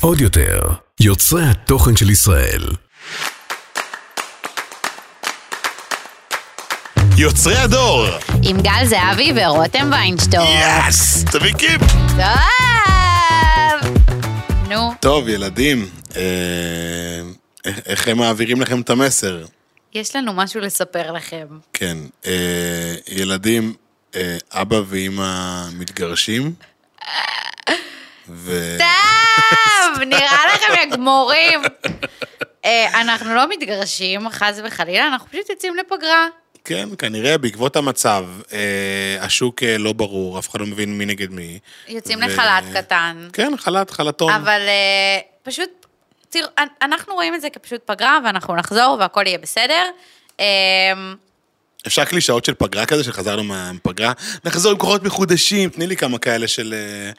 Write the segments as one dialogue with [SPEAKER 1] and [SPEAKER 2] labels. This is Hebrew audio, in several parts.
[SPEAKER 1] עוד יותר, יוצרי התוכן של ישראל.
[SPEAKER 2] יוצרי הדור!
[SPEAKER 3] עם גל זהבי ורותם ויינשטור.
[SPEAKER 2] יאס! תביא קיפ!
[SPEAKER 3] טוב! נו,
[SPEAKER 2] טוב, ילדים, אה, איך- איך הם מעבירים לכם את המסר?
[SPEAKER 3] יש לנו משהו לספר לכם.
[SPEAKER 2] כן, אה, ילדים, אה, אבא ואימא מתגרשים, ו...
[SPEAKER 3] סתם, נראה לכם הגמורים. אה, אנחנו לא מתגרשים, חס וחלילה, אנחנו פשוט יוצאים לפגרה.
[SPEAKER 2] כן, כנראה בעקבות המצב, אה, השוק אה, לא ברור, אף אחד לא מבין מי נגד מי.
[SPEAKER 3] יוצאים
[SPEAKER 2] ו-
[SPEAKER 3] לחל"ת קטן.
[SPEAKER 2] כן, חל"ת, חל"תון.
[SPEAKER 3] אבל אה, פשוט, תראו, אנ- אנחנו רואים את זה כפשוט פגרה, ואנחנו נחזור והכל יהיה בסדר. אה,
[SPEAKER 2] אפשר קלישאות של פגרה כזה, שחזרנו מהפגרה? נחזור עם כוחות מחודשים, תני לי כמה כאלה של... אה,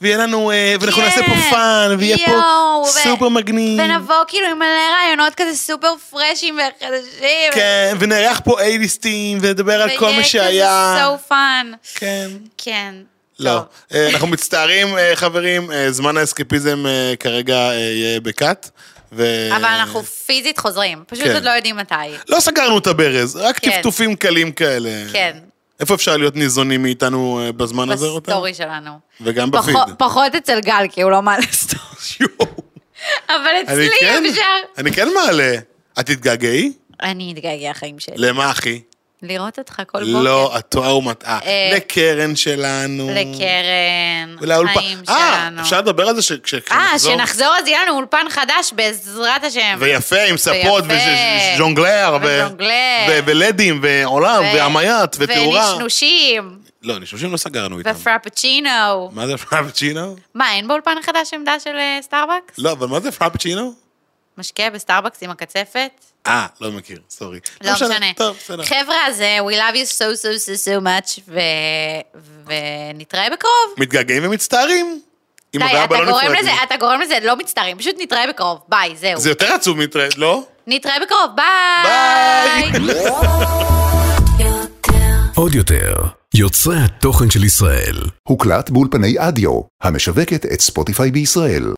[SPEAKER 2] ויהיה לנו... אה, ואנחנו
[SPEAKER 3] כן,
[SPEAKER 2] נעשה פה פאן, ויהיה
[SPEAKER 3] יואו,
[SPEAKER 2] פה
[SPEAKER 3] ו-
[SPEAKER 2] סופר מגניב.
[SPEAKER 3] ונבוא כאילו עם מלא רעיונות כזה סופר פרשים וחדשים.
[SPEAKER 2] כן, ונארח פה אייליסטים, ונדבר על כל מה
[SPEAKER 3] ויהיה
[SPEAKER 2] שהיה.
[SPEAKER 3] כזה so fun.
[SPEAKER 2] כן.
[SPEAKER 3] כן.
[SPEAKER 2] לא.
[SPEAKER 3] טוב.
[SPEAKER 2] אה, אנחנו מצטערים, אה, חברים, אה, זמן האסקפיזם אה, כרגע אה, יהיה בקאט. ו-
[SPEAKER 3] אבל אנחנו פיזית חוזרים, פשוט
[SPEAKER 2] אה, כן.
[SPEAKER 3] עוד לא יודעים מתי.
[SPEAKER 2] לא סגרנו את הברז, רק
[SPEAKER 3] כן.
[SPEAKER 2] טפטופים קלים כאלה.
[SPEAKER 3] כן.
[SPEAKER 2] איפה אפשר להיות ניזונים מאיתנו אה, בזמן הזה? רותם?
[SPEAKER 3] בסטורי שלנו.
[SPEAKER 2] וגם
[SPEAKER 3] פחות-
[SPEAKER 2] בפיד.
[SPEAKER 3] פחות אצל גל, כי הוא לא מעלה סטורי.
[SPEAKER 2] יואו.
[SPEAKER 3] אבל
[SPEAKER 2] אני כן,
[SPEAKER 3] אצלי אפשר.
[SPEAKER 2] אני כן מעלה. את תתגעגעי?
[SPEAKER 3] אני אתגעגע לחיים שלי.
[SPEAKER 2] למה, אחי?
[SPEAKER 3] לראות אותך כל בוקר.
[SPEAKER 2] לא, את טועה ומטעה.
[SPEAKER 3] אה,
[SPEAKER 2] לקרן שלנו.
[SPEAKER 3] לקרן,
[SPEAKER 2] ולאולפן.
[SPEAKER 3] חיים
[SPEAKER 2] אה,
[SPEAKER 3] שלנו.
[SPEAKER 2] אפשר לדבר על זה ש- ש-
[SPEAKER 3] אה,
[SPEAKER 2] כשנחזור?
[SPEAKER 3] שנחזור אז יהיה לנו אולפן חדש, בעזרת השם.
[SPEAKER 2] ויפה, עם ספות,
[SPEAKER 3] ויפה.
[SPEAKER 2] וז'ונגלר, ו-
[SPEAKER 3] וז'ונגלר.
[SPEAKER 2] ו- ולדים, ועולם,
[SPEAKER 3] ו-
[SPEAKER 2] והמיית, ותאורה.
[SPEAKER 3] ונשנושים,
[SPEAKER 2] לא, נשנושים לא סגרנו איתם.
[SPEAKER 3] ופרפצ'ינו.
[SPEAKER 2] מה זה פרפצ'ינו?
[SPEAKER 3] מה, אין באולפן החדש עמדה של אה, סטארבקס?
[SPEAKER 2] לא, אבל מה זה פרפצ'ינו?
[SPEAKER 3] משקה בסטארבקס עם הקצפת?
[SPEAKER 2] אה, לא מכיר, סורי.
[SPEAKER 3] לא משנה.
[SPEAKER 2] טוב, בסדר.
[SPEAKER 3] חבר'ה, אז אה, we love you so so so so much, ו- ונתראה בקרוב.
[SPEAKER 2] מתגעגעים ומצטערים. אם
[SPEAKER 3] די,
[SPEAKER 2] אבא
[SPEAKER 3] אתה
[SPEAKER 2] ואבא לא
[SPEAKER 3] גורם
[SPEAKER 2] נפרדים.
[SPEAKER 3] לזה, אתה גורם לזה, לא מצטערים, פשוט נתראה בקרוב, ביי, זהו.
[SPEAKER 2] זה יותר עצוב מתראה, לא?
[SPEAKER 3] נתראה בקרוב, ביי!
[SPEAKER 2] ביי!
[SPEAKER 1] עוד יותר, יוצרי התוכן של ישראל.
[SPEAKER 4] הוקלט באולפני אדיו, המשווקת את ספוטיפיי בישראל.